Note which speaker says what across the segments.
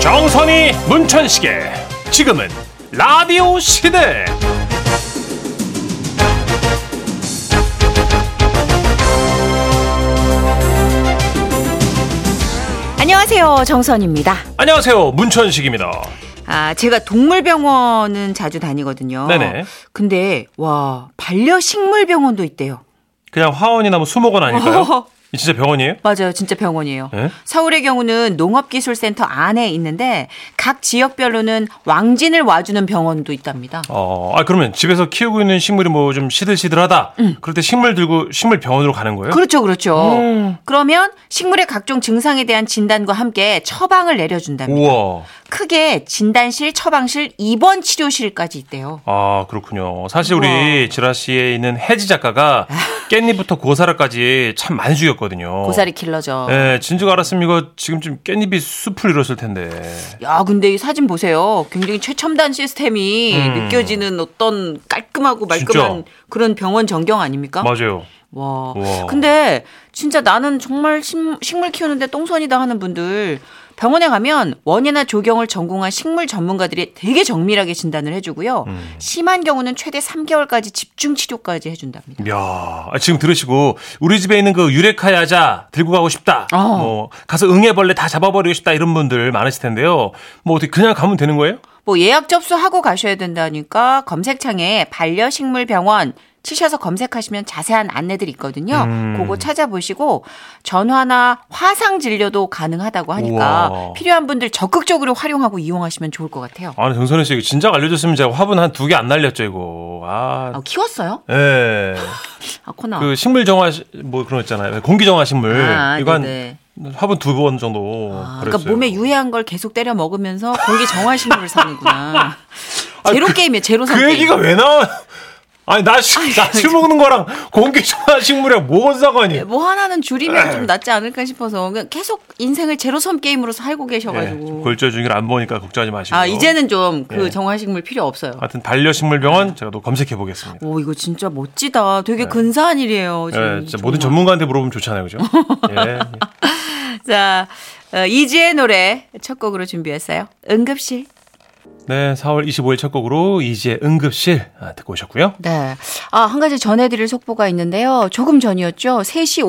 Speaker 1: 정선이 문천식의 지금은 라디오 시대
Speaker 2: 안녕하세요. 정선입니다.
Speaker 1: 안녕하세요 문천식입니다
Speaker 2: 아, 제가 동물병원은 자주 다니거든요.
Speaker 1: 네네.
Speaker 2: 근데 와, 반려식물병원도 있대요.
Speaker 1: 그냥 화원이나 뭐 수목원 아닐까요? 이 진짜 병원이에요?
Speaker 2: 맞아요. 진짜 병원이에요.
Speaker 1: 예?
Speaker 2: 서울의 경우는 농업기술센터 안에 있는데 각 지역별로는 왕진을 와주는 병원도 있답니다.
Speaker 1: 어, 아 그러면 집에서 키우고 있는 식물이 뭐 좀 시들시들하다 그럴 때 식물 들고 식물 병원으로 가는 거예요?
Speaker 2: 그렇죠. 그렇죠.
Speaker 1: 음.
Speaker 2: 그러면 식물의 각종 증상에 대한 진단과 함께 처방을 내려준답니다.
Speaker 1: 우와
Speaker 2: 크게 진단실, 처방실, 입원 치료실까지 있대요.
Speaker 1: 아 그렇군요 사실
Speaker 2: 우와.
Speaker 1: 우리 지라시에 있는 혜지 작가가 깻잎부터 고사라까지 참 많이 죽였거든요
Speaker 2: 고사리 킬러죠.
Speaker 1: 예, 진즉 알았으면 이거 지금쯤 깻잎이 숲을 잃었을 텐데.
Speaker 2: 야, 근데 이 사진 보세요. 굉장히 최첨단 시스템이
Speaker 1: 음.
Speaker 2: 느껴지는 어떤 깔끔하고 말끔한
Speaker 1: 진짜.
Speaker 2: 그런 병원 전경 아닙니까?
Speaker 1: 맞아요.
Speaker 2: 와.
Speaker 1: 우와.
Speaker 2: 근데 진짜 나는 정말 심- 식물 키우는데 똥손이다 하는 분들 병원에 가면 원예나 조경을 전공한 식물 전문가들이 되게 정밀하게 진단을 해주고요.
Speaker 1: 음.
Speaker 2: 심한 경우는 최대 3개월까지 집중 치료까지 해준답니다.
Speaker 1: 야, 아, 지금 들으시고 우리 집에 있는 그 유레카 야자 들고 가고 싶다.
Speaker 2: 어.
Speaker 1: 뭐 가서 응애벌레 다 잡아버리고 싶다 이런 분들 많으실 텐데요. 뭐 어떻게 그냥 가면 되는 거예요?
Speaker 2: 뭐 예약 접수하고 가셔야 된다니까 검색창에 반려식물 병원 치셔서 검색하시면 자세한 안내들이 있거든요.
Speaker 1: 음.
Speaker 2: 그거 찾아보시고 전화나 화상 진료도 가능하다고 하니까
Speaker 1: 우와.
Speaker 2: 필요한 분들 적극적으로 활용하고 이용하시면 좋을 것 같아요.
Speaker 1: 아니 정선혜 씨 이거 진작 알려줬으면 제가 화분 한 두 개 안 날렸죠 이거. 아,
Speaker 2: 아, 키웠어요?
Speaker 1: 예.
Speaker 2: 아, 코너.
Speaker 1: 그 식물 정화 시- 뭐 그런 거 있잖아요. 공기 정화 식물
Speaker 2: 아,
Speaker 1: 이거 한
Speaker 2: 네네.
Speaker 1: 화분 두 번 정도.
Speaker 2: 아,
Speaker 1: 그랬어요.
Speaker 2: 그러니까 몸에 유해한 걸 계속 때려 먹으면서 공기 정화식물을 사는구나. 제로 게임이에요, 제로 산
Speaker 1: 아, 그
Speaker 2: 게임.
Speaker 1: 얘기가 왜 나와? 아니 나술 먹는 거랑 공기 정화 식물이랑 뭔 상관이?
Speaker 2: 뭐 하나는 줄이면
Speaker 1: 네.
Speaker 2: 좀 낫지 않을까 싶어서 그냥 계속 인생을 제로섬 게임으로 살고 네, 뭐 계셔가지고.
Speaker 1: 예, 골절 중이라 안 보니까 걱정하지 마시고.
Speaker 2: 아 이제는 좀 그
Speaker 1: 예. 아.
Speaker 2: 정화식물 필요 없어요.
Speaker 1: 하여튼 반려식물병원 제가 또 검색해 보겠습니다.
Speaker 2: 오 이거 진짜 멋지다. 되게 근사한 일이에요.
Speaker 1: 예,
Speaker 2: 지금
Speaker 1: 네. 진짜
Speaker 2: 정말.
Speaker 1: 모든 전문가한테 물어보면 좋잖아요, 그죠? 예.
Speaker 2: 자 어, 이지의 노래 첫 곡으로 준비했어요. 응급실.
Speaker 1: 네, 4월 25일 첫 곡으로 이제 응급실 아, 듣고 오셨고요.
Speaker 2: 네. 아, 한 가지 전해드릴 속보가 있는데요. 조금 전이었죠. 3시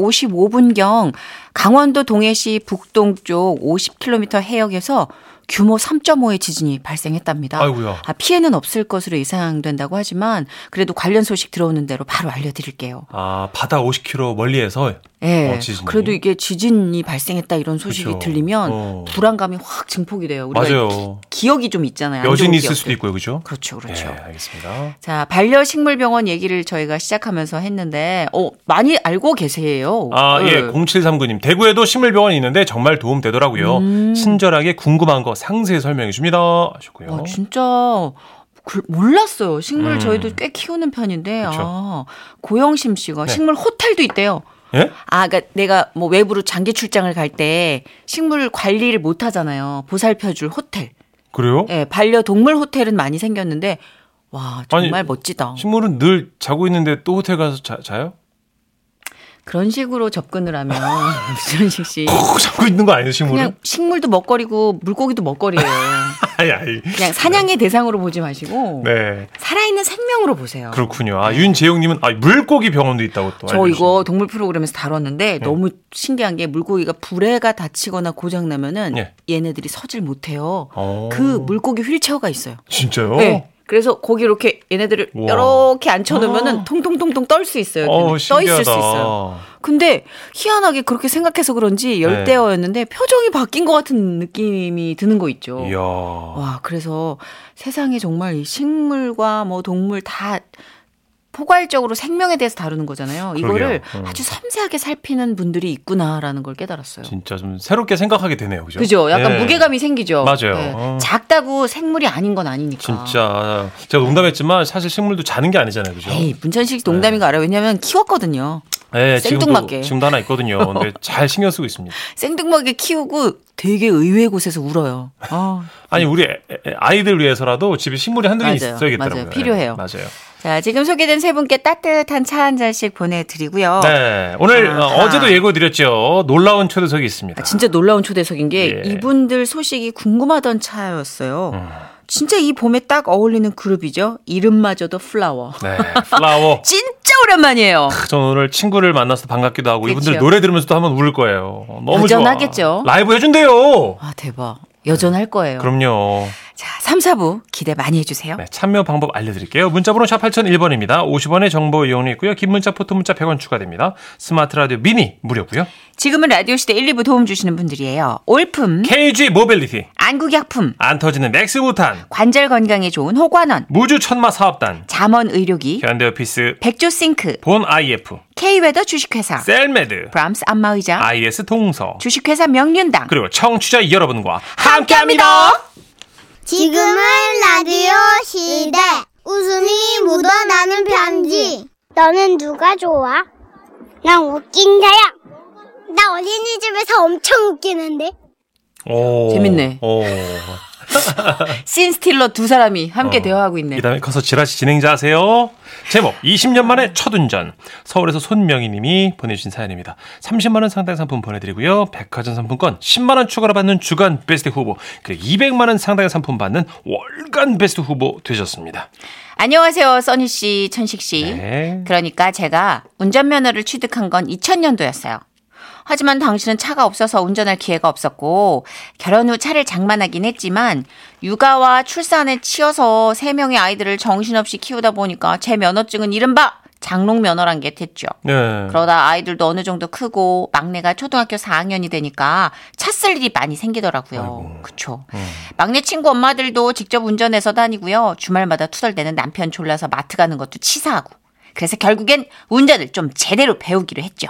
Speaker 2: 55분경 강원도 동해시 북동쪽 50km 해역에서 규모 3.5의 지진이 발생했답니다.
Speaker 1: 아이고야.
Speaker 2: 아, 피해는 없을 것으로 예상된다고 하지만 그래도 관련 소식 들어오는 대로 바로 알려드릴게요.
Speaker 1: 아 바다 50km 멀리에서
Speaker 2: 예.
Speaker 1: 어, 지진이.
Speaker 2: 그래도 이게 지진이 발생했다 이런 소식이
Speaker 1: 그쵸.
Speaker 2: 들리면
Speaker 1: 어.
Speaker 2: 불안감이 확 증폭이 돼요. 우리가
Speaker 1: 맞아요.
Speaker 2: 기억이 좀 있잖아요. 네, 안 좋은
Speaker 1: 여진이 있을
Speaker 2: 기억들.
Speaker 1: 수도 있고요, 그죠?
Speaker 2: 그렇죠, 그렇죠.
Speaker 1: 예, 알겠습니다.
Speaker 2: 자, 반려식물병원 얘기를 저희가 시작하면서 했는데, 어, 많이 알고 계세요.
Speaker 1: 아,
Speaker 2: 네.
Speaker 1: 예, 0739님. 대구에도 식물병원이 있는데 정말 도움 되더라고요.
Speaker 2: 음.
Speaker 1: 친절하게 궁금한 거 상세히 설명해 줍니다. 하셨고요.
Speaker 2: 와, 어, 아, 진짜. 글- 몰랐어요. 식물
Speaker 1: 음.
Speaker 2: 저희도 꽤 키우는 편인데,
Speaker 1: 그쵸.
Speaker 2: 아, 고영심 씨가
Speaker 1: 네.
Speaker 2: 식물 호텔도 있대요.
Speaker 1: 예?
Speaker 2: 아, 그니까 내가 뭐 외부로 장기 출장을 갈 때 식물 관리를 못 하잖아요. 보살펴줄 호텔.
Speaker 1: 그래요?
Speaker 2: 예, 반려동물 호텔은 많이 생겼는데, 와, 정말
Speaker 1: 아니,
Speaker 2: 멋지다.
Speaker 1: 식물은 늘 자고 있는데 또 호텔 가서 자, 자요?
Speaker 2: 그런 식으로 접근을 하면, 전식 씨.
Speaker 1: 콕 잡고 있는 거 아니에요, 식물은?
Speaker 2: 예. 그냥 식물도 먹거리고 물고기도 먹거리예요.
Speaker 1: 아니, 아니.
Speaker 2: 그냥 사냥의 대상으로 보지 마시고
Speaker 1: 네.
Speaker 2: 살아있는 생명으로 보세요.
Speaker 1: 그렇군요. 아, 윤재용님은 아, 물고기 병원도 있다고 네. 또.
Speaker 2: 저
Speaker 1: 알려주시네요.
Speaker 2: 이거 동물 프로그램에서 다뤘는데 너무 신기한 게 물고기가 불에가 다치거나 고장 나면은
Speaker 1: 예.
Speaker 2: 얘네들이 서질 못해요.
Speaker 1: 어.
Speaker 2: 그 물고기 휠체어가 있어요.
Speaker 1: 진짜요?
Speaker 2: 네. 그래서 거기 이렇게 얘네들을
Speaker 1: 우와. 아.
Speaker 2: 이렇게 앉혀놓으면은 통통통통 떨 수 있어요.
Speaker 1: 어,
Speaker 2: 네, 떠 있을 수
Speaker 1: 신기하다.
Speaker 2: 있어요. 근데 희한하게 그렇게 생각해서
Speaker 1: 네.
Speaker 2: 그런지 열대어였는데 표정이 바뀐 것 같은 느낌이 드는 거 있죠.
Speaker 1: 이야.
Speaker 2: 어. 와, 그래서 세상에 정말 이 식물과 뭐 동물 다 포괄적으로 생명에 대해서 다루는 거잖아요.
Speaker 1: 그러게요.
Speaker 2: 이거를
Speaker 1: 음.
Speaker 2: 아주 섬세하게 살피는 분들이 있구나라는 걸 깨달았어요.
Speaker 1: 진짜 좀 새롭게 생각하게 되네요, 그죠?
Speaker 2: 그죠? 약간
Speaker 1: 예.
Speaker 2: 무게감이 생기죠. 네.
Speaker 1: 맞아요. 어.
Speaker 2: 작다고 생물이 아닌 건 아니니까.
Speaker 1: 진짜. 제가 농담했지만 사실 식물도 자는 게 아니잖아요, 그죠?
Speaker 2: 에이, 문천식
Speaker 1: 네.
Speaker 2: 농담인 거 알아요? 왜냐면 키웠거든요.
Speaker 1: 예,
Speaker 2: 생뚱맞게.
Speaker 1: 지금도, 지금도 하나 있거든요. 근데 잘 신경 쓰고 있습니다.
Speaker 2: 생뚱맞게 키우고 되게 의외의 곳에서 울어요. 아,
Speaker 1: 아니, 우리 애- 애- 아이들 위해서라도 집에 식물이 한두 개
Speaker 2: 맞아요.
Speaker 1: 있어야겠더라고요.
Speaker 2: 맞아요. 필요해요.
Speaker 1: 예, 맞아요.
Speaker 2: 자, 지금 소개된 세 분께 따뜻한 차 한 잔씩 보내드리고요.
Speaker 1: 네. 오늘
Speaker 2: 어. 아.
Speaker 1: 어, 제도 예고드렸죠. 놀라운 초대석이 있습니다.
Speaker 2: 아, 진짜 놀라운 초대석인 게
Speaker 1: 예.
Speaker 2: 이분들 소식이 궁금하던 차였어요. 진짜 이 봄에 딱 어울리는 그룹이죠. 이름마저도 플라워.
Speaker 1: 네. 플라워.
Speaker 2: 진짜 오랜만이에요.
Speaker 1: 저는 오늘 친구를 만나서 반갑기도 하고 이분들
Speaker 2: 그치요.
Speaker 1: 노래 들으면서도 한번 울 거예요. 너무
Speaker 2: 여전하겠죠?
Speaker 1: 좋아. 라이브 해준대요.
Speaker 2: 아, 대박. 여전할 거예요.
Speaker 1: 그럼요.
Speaker 2: 자, 3, 4부 기대 많이 해주세요.
Speaker 1: 네, 참여 방법 알려드릴게요. 문자번호 샵 8001번입니다. 50원의 정보 이용료 있고요. 긴 문자, 포토 문자 100원 추가됩니다. 스마트 라디오 미니 무료고요.
Speaker 2: 지금은 라디오 시대 1, 2부 도움 주시는 분들이에요. 올품,
Speaker 1: KG 모빌리티,
Speaker 2: 안국약품,
Speaker 1: 안 터지는 맥스부탄,
Speaker 2: 관절 건강에 좋은 호관원,
Speaker 1: 무주 천마 사업단,
Speaker 2: 잠원의료기,
Speaker 1: 현대오피스,
Speaker 2: 백조싱크,
Speaker 1: 본 IF,
Speaker 2: K웨더 주식회사,
Speaker 1: 셀메드,
Speaker 2: 브람스 안마의자,
Speaker 1: IS 동서,
Speaker 2: 주식회사 명륜당.
Speaker 1: 그리고 청취자 여러분과 함께합니다.
Speaker 3: 지금은 라디오 시대. 웃음이 묻어나는 편지. 너는 누가 좋아? 난 웃긴 자야. 나 어린이집에서 엄청 웃기는데.
Speaker 1: 오,
Speaker 2: 재밌네.
Speaker 1: 오.
Speaker 2: 신스틸러 두 사람이 함께 대화하고 있네.
Speaker 1: 어. 이 다음에 커서 지라시 진행자세요. 제목 20년 만에 첫 운전. 서울에서 손명희님이 보내주신 사연입니다. 30만 원 상당 상품 보내드리고요. 백화점 상품권 10만 원 추가로 받는 주간 베스트 후보 그리고 200만 원 상당의 상품 받는 월간 베스트 후보 되셨습니다.
Speaker 2: 안녕하세요, 써니 씨, 천식 씨.
Speaker 1: 네.
Speaker 2: 그러니까 제가 운전면허를 취득한 건 2000년도였어요. 하지만 당신은 차가 없어서 운전할 기회가 없었고 결혼 후 차를 장만하긴 했지만 육아와 출산에 치여서 세 명의 아이들을 정신없이 키우다 보니까 제 면허증은 이른바 장롱 면허란 게 됐죠.
Speaker 1: 네.
Speaker 2: 그러다 아이들도 어느 정도 크고 막내가 초등학교 4학년이 되니까 차 쓸 일이 많이 생기더라고요. 음. 그쵸. 막내 친구 엄마들도 직접 운전해서 다니고요. 주말마다 투덜대는 남편 졸라서 마트 가는 것도 치사하고. 그래서 결국엔 운전을 좀 제대로 배우기로 했죠.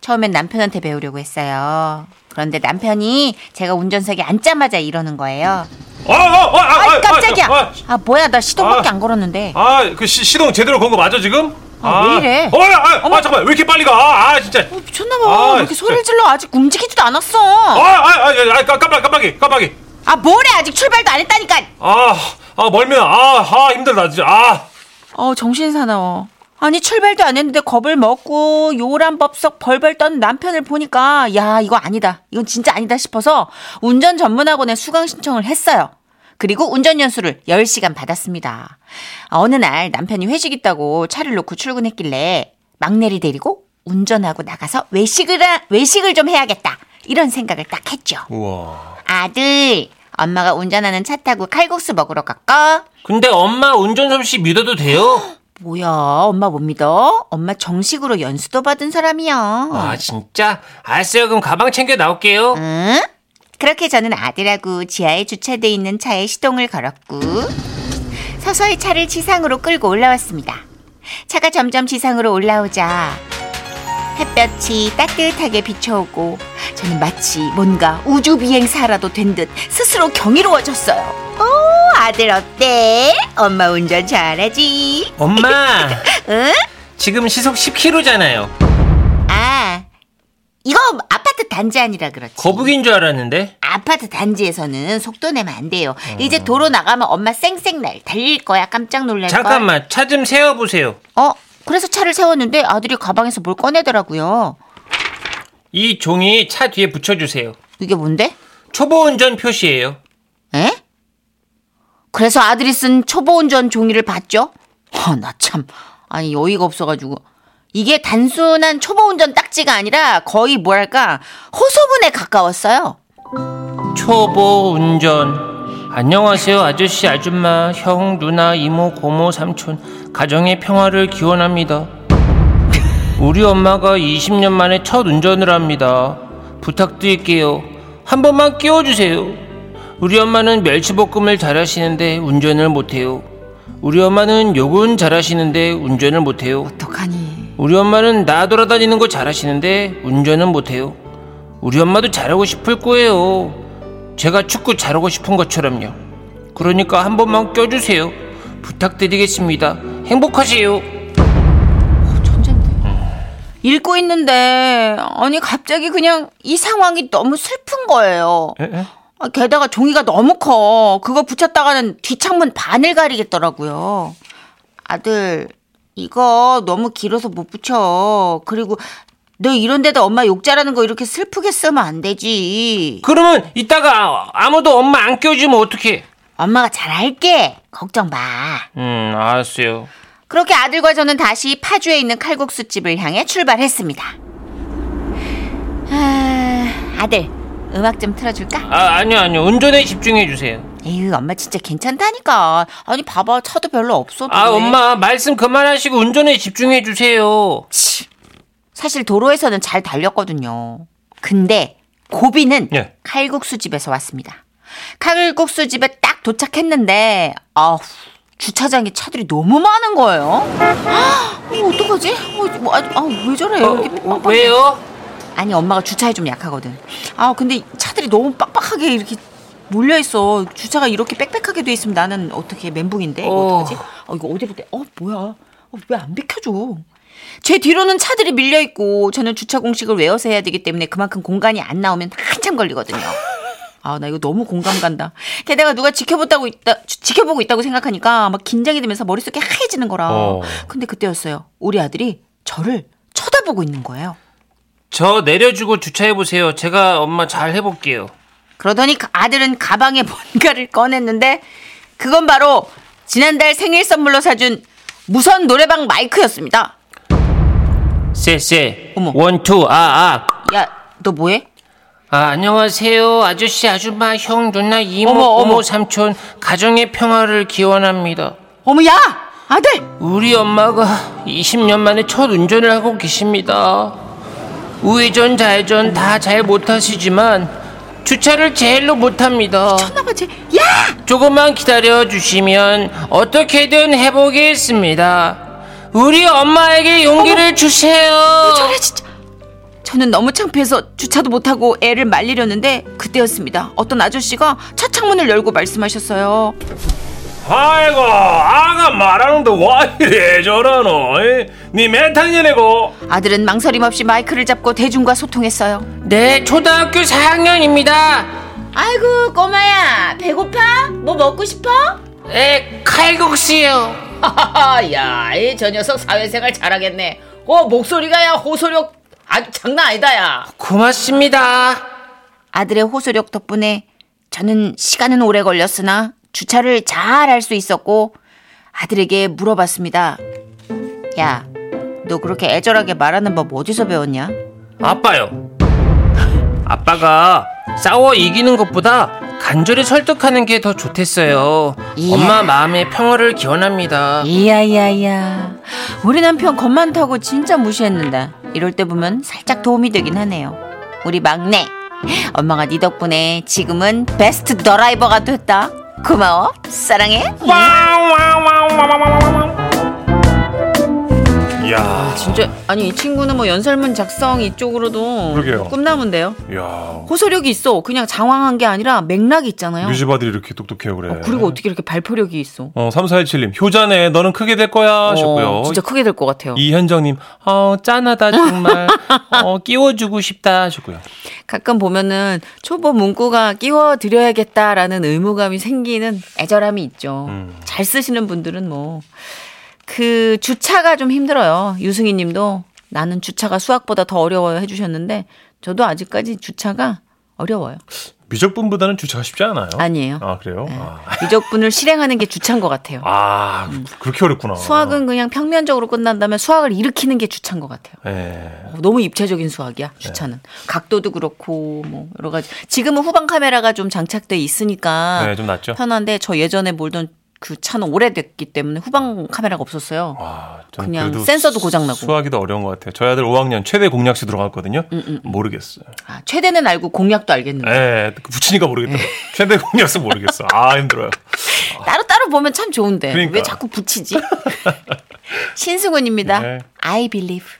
Speaker 2: 처음엔 남편한테 배우려고 했어요. 그런데 남편이 제가 운전석에 앉자마자 이러는 거예요.
Speaker 1: 어, 어, 어, 아,
Speaker 2: 음. 아,
Speaker 1: 아, 아, 아,
Speaker 2: 깜짝이야! 아, 뭐야, 나 시동밖에
Speaker 1: 아.
Speaker 2: 안 걸었는데.
Speaker 1: 아, 그 시, 시동 제대로 건 거 맞아 지금?
Speaker 2: 아, 왜 이래?
Speaker 1: 어, 아, 아, 아, 잠깐만 왜 이렇게 빨리 가? 아, 아, 진짜.
Speaker 2: 미쳤나봐.
Speaker 1: 아,
Speaker 2: 왜 이렇게
Speaker 1: 진짜.
Speaker 2: 소리를 질러? 아직 움직이지도
Speaker 1: 아,
Speaker 2: 않았어.
Speaker 1: 아, 아, 아, 아 깜빡, 깜빡이, 깜빡이.
Speaker 2: 아, 뭐래, 아직 출발도 안 했다니까!
Speaker 1: 아, 아 멀면 아, 아 힘들다 진짜. 아,
Speaker 2: 어, 정신 사나워. 아니 출발도 안 했는데 겁을 먹고 요란 법석 벌벌 떤 남편을 보니까 야 이거 아니다 이건 진짜 아니다 싶어서 운전 전문학원에 수강 신청을 했어요 그리고 운전 연수를 10시간 받았습니다 어느 날 남편이 회식 있다고 차를 놓고 출근했길래 막내를 데리고 운전하고 나가서 외식을 하- 외식을 좀 해야겠다 이런 생각을 딱 했죠
Speaker 1: 우와.
Speaker 2: 아들 엄마가 운전하는 차 타고 칼국수 먹으러 갈까?
Speaker 4: 근데 엄마 운전솜 씨 믿어도 돼요?
Speaker 2: 뭐야, 엄마 못 믿어? 엄마 정식으로 연수도 받은 사람이야.
Speaker 4: 아 진짜? 알았어요 그럼 가방 챙겨 나올게요
Speaker 2: 어. 응? 그렇게 저는 아들하고 지하에 주차돼 있는 차에 시동을 걸었고 서서히 차를 지상으로 끌고 올라왔습니다. 차가 점점 지상으로 올라오자 햇볕이 따뜻하게 비춰오고 저는 마치 뭔가 우주 비행사라도 된 듯 스스로 경이로워졌어요. 오, 아들 어때? 엄마 운전 잘하지?
Speaker 4: 엄마
Speaker 2: 응?
Speaker 4: 지금 시속 10km잖아요
Speaker 2: 아, 이거 아파트 단지 아니라 그렇지.
Speaker 4: 거북인 줄 알았는데
Speaker 2: 아파트 단지에서는 속도 내면 안 돼요.
Speaker 4: 어.
Speaker 2: 이제 도로 나가면 엄마 쌩쌩 날 달릴 거야. 깜짝 놀랄 거야.
Speaker 4: 잠깐만 차 좀 세워보세요
Speaker 2: 어, 그래서 차를 세웠는데 아들이 가방에서 뭘 꺼내더라고요.
Speaker 4: 이 종이 차 뒤에 붙여주세요
Speaker 2: 이게 뭔데?
Speaker 4: 초보 운전 표시예요
Speaker 2: 에? 그래서 아들이 쓴 초보 운전 종이를 봤죠? 아, 나 참. 아니, 여의가 없어가지고. 이게 단순한 초보 운전 딱지가 아니라 거의 뭐랄까, 호소문에 가까웠어요.
Speaker 4: 초보 운전 안녕하세요 아저씨 아줌마 형 누나 이모 고모 삼촌 가정의 평화를 기원합니다 우리 엄마가 20년 만에 첫 운전을 합니다 부탁드릴게요 한 번만 끼워주세요 우리 엄마는 멸치볶음을 잘하시는데 운전을 못해요 우리 엄마는 욕은 잘하시는데 운전을 못해요
Speaker 2: 어떡하니.
Speaker 4: 우리 엄마는 나 돌아다니는 거 잘하시는데 운전은 못해요. 우리 엄마도 잘하고 싶을 거예요. 제가 축구 잘하고 싶은 것처럼요. 그러니까 한 번만 껴주세요. 부탁드리겠습니다. 행복하세요.
Speaker 2: 읽고 있는데 아니 갑자기 그냥 이 상황이 너무 슬픈 거예요. 아, 게다가 종이가 너무 커. 그거 붙였다가는 뒷창문 반을 가리겠더라고요. 아들, 이거 너무 길어서 못 붙여. 그리고 너 이런 데다 엄마 욕자라는 거 이렇게 슬프게 쓰면 안 되지.
Speaker 1: 그러면 이따가 아무도 엄마 안 껴주면 어떡해?
Speaker 2: 엄마가 잘할게. 걱정 마.
Speaker 1: 음, 알았어요.
Speaker 2: 그렇게 아들과 저는 다시 파주에 있는 칼국수 집을 향해 출발했습니다. 아, 아들, 음악 좀 틀어줄까?
Speaker 1: 아, 아니요, 아니요. 운전에 집중해 주세요.
Speaker 2: 에휴, 엄마 진짜 괜찮다니까. 아니, 봐봐, 차도 별로 없어도.
Speaker 1: 아,
Speaker 2: 왜?
Speaker 1: 엄마 말씀 그만하시고 운전에 집중해 주세요.
Speaker 2: 사실 도로에서는 잘 달렸거든요. 근데 고비는
Speaker 5: 예.
Speaker 2: 칼국수 집에서 왔습니다. 칼국수 집에 딱 도착했는데, 아우. 주차장에 차들이 너무 많은 거예요. 아, 이거 어떡하지? 어, 뭐, 아, 아, 왜 저래?
Speaker 1: 어,
Speaker 2: 이렇게
Speaker 1: 어,
Speaker 2: 빡빡해.
Speaker 1: 왜요?
Speaker 2: 아니 엄마가 주차에 좀 약하거든. 아 근데 차들이 너무 빡빡하게 이렇게 몰려 있어. 주차가 이렇게 빽빽하게 돼 있으면 나는 어떻게 멘붕인데 이거
Speaker 1: 어.
Speaker 2: 어떡하지? 어 이거 어디로 돼? 어 뭐야? 왜 안 비켜줘? 제 뒤로는 차들이 밀려 있고 저는 주차 공식을 외워서 해야 되기 때문에 그만큼 공간이 안 나오면 한참 걸리거든요. 아 나 이거 너무 공감 간다. 게다가 누가 지켜보다고 있다 지- 지켜보고 있다고 생각하니까 막 긴장이 되면서 머릿속이 하얘지는 거라.
Speaker 5: 어.
Speaker 2: 근데 그때였어요. 우리 아들이 저를 쳐다보고 있는 거예요.
Speaker 1: 저 내려주고 주차해 보세요. 제가 엄마 잘 해볼게요.
Speaker 2: 그러더니 그 아들은 가방에 뭔가를 꺼냈는데 그건 바로 지난달 생일 선물로 사준 무선 노래방 마이크였습니다.
Speaker 1: 쎄쎄.
Speaker 2: 어머.
Speaker 1: 원투 아아.
Speaker 2: 야, 너 뭐해?
Speaker 1: 아, 안녕하세요. 아저씨, 아줌마, 형, 누나, 이모,
Speaker 2: 어머,
Speaker 1: 어머,
Speaker 2: 어머.
Speaker 1: 삼촌. 가정의 평화를 기원합니다.
Speaker 2: 어머 야, 아들.
Speaker 1: 우리 엄마가 20년 만에 첫 운전을 하고 계십니다. 우회전, 좌회전 다 잘 못하시지만 주차를 제일로 못합니다.
Speaker 2: 나가지. 야,
Speaker 1: 조금만 기다려 주시면 어떻게든 해보겠습니다. 우리 엄마에게 용기를 주세요.
Speaker 2: 저래 진짜. 저는 너무 창피해서 주차도 못하고 애를 말리려는데 그때였습니다. 어떤 아저씨가 차 창문을 열고 말씀하셨어요.
Speaker 5: 아이고 아가 말하는데 와 이래 저러노 니 멘탈년이고
Speaker 2: 아들은 망설임 없이 마이크를 잡고 대중과 소통했어요.
Speaker 1: 네, 초등학교 4학년입니다.
Speaker 2: 아이고 꼬마야, 배고파? 뭐 먹고 싶어?
Speaker 1: 에, 칼국수요.
Speaker 2: 야, 이 저 녀석 사회생활 잘하겠네. 어, 목소리가 야, 호소력 아주 장난 아니다, 야.
Speaker 1: 고맙습니다.
Speaker 2: 아들의 호소력 덕분에 저는 시간은 오래 걸렸으나 주차를 잘 할 수 있었고 아들에게 물어봤습니다. 야, 너 그렇게 애절하게 말하는 법 어디서 배웠냐?
Speaker 1: 아빠요. 아빠가 싸워 이기는 것보다 간절히 설득하는 게 더 좋댔어요.
Speaker 2: 이야.
Speaker 1: 엄마 마음의 평화를 기원합니다.
Speaker 2: 이야, 이야, 이야. 우리 남편 겁 많다고 진짜 무시했는데 이럴 때 보면 살짝 도움이 되긴 하네요. 우리 막내. 엄마가 네 덕분에 지금은 베스트 드라이버가 됐다. 고마워. 사랑해.
Speaker 5: 이야
Speaker 2: 진짜 아니 이 친구는 뭐 연설문 작성 이쪽으로도
Speaker 5: 그러게요.
Speaker 2: 꿈나무인데요.
Speaker 5: 이야
Speaker 2: 호소력이 있어. 그냥 장황한 게 아니라 맥락이 있잖아요.
Speaker 5: 뮤지바들이 이렇게 똑똑해요 그래
Speaker 2: 그리고 어떻게 이렇게 발표력이 있어?
Speaker 5: 어 3417님 효자네 너는 크게 될 거야 하셨고요
Speaker 2: 어, 진짜 크게 될 것 같아요.
Speaker 5: 이현정님 어 짠하다 정말 어 끼워주고 싶다 하셨고요
Speaker 2: 가끔 보면은 초보 문구가 끼워드려야겠다라는 의무감이 생기는 애절함이 있죠.
Speaker 5: 음.
Speaker 2: 잘 쓰시는 분들은 뭐. 그 주차가 좀 힘들어요. 유승희 님도 나는 주차가 수학보다 더 어려워요 해주셨는데 저도 아직까지 주차가 어려워요.
Speaker 5: 미적분보다는 주차가 쉽지 않아요
Speaker 2: 아니에요. 네.
Speaker 5: 아 그래요 아,
Speaker 2: 미적분을 실행하는 게 주차인 것 같아요.
Speaker 5: 아, 그렇게 어렵구나
Speaker 2: 음. 수학은 그냥 평면적으로 끝난다면 수학을 일으키는 게 주차인 것 같아요.
Speaker 5: 예.
Speaker 2: 어, 너무 입체적인
Speaker 5: 네.
Speaker 2: 수학이야 주차는 각도도 그렇고 뭐 여러 가지 지금은 후방 카메라가 좀 장착돼 있으니까
Speaker 5: 네, 좀 낫죠
Speaker 2: 편한데 저 예전에 몰던 그 차는 오래됐기 때문에 후방 카메라가 없었어요.
Speaker 5: 와, 전
Speaker 2: 그냥
Speaker 5: 아, 그래도
Speaker 2: 센서도 고장나고.
Speaker 5: 수학이 더 어려운 것 같아요. 저희 아들 5학년 최대 공략시 들어갔거든요.
Speaker 2: 음,
Speaker 5: 모르겠어요.
Speaker 2: 아, 최대는 알고 공략도 알겠는데
Speaker 5: 에 붙이니까 모르겠다.
Speaker 2: 예.
Speaker 5: 최대 공략시 모르겠어. 아 힘들어요.
Speaker 2: 따로 따로 보면 참 좋은데
Speaker 5: 그러니까.
Speaker 2: 왜 자꾸 붙이지? 신승훈입니다.
Speaker 5: 네.
Speaker 2: I believe.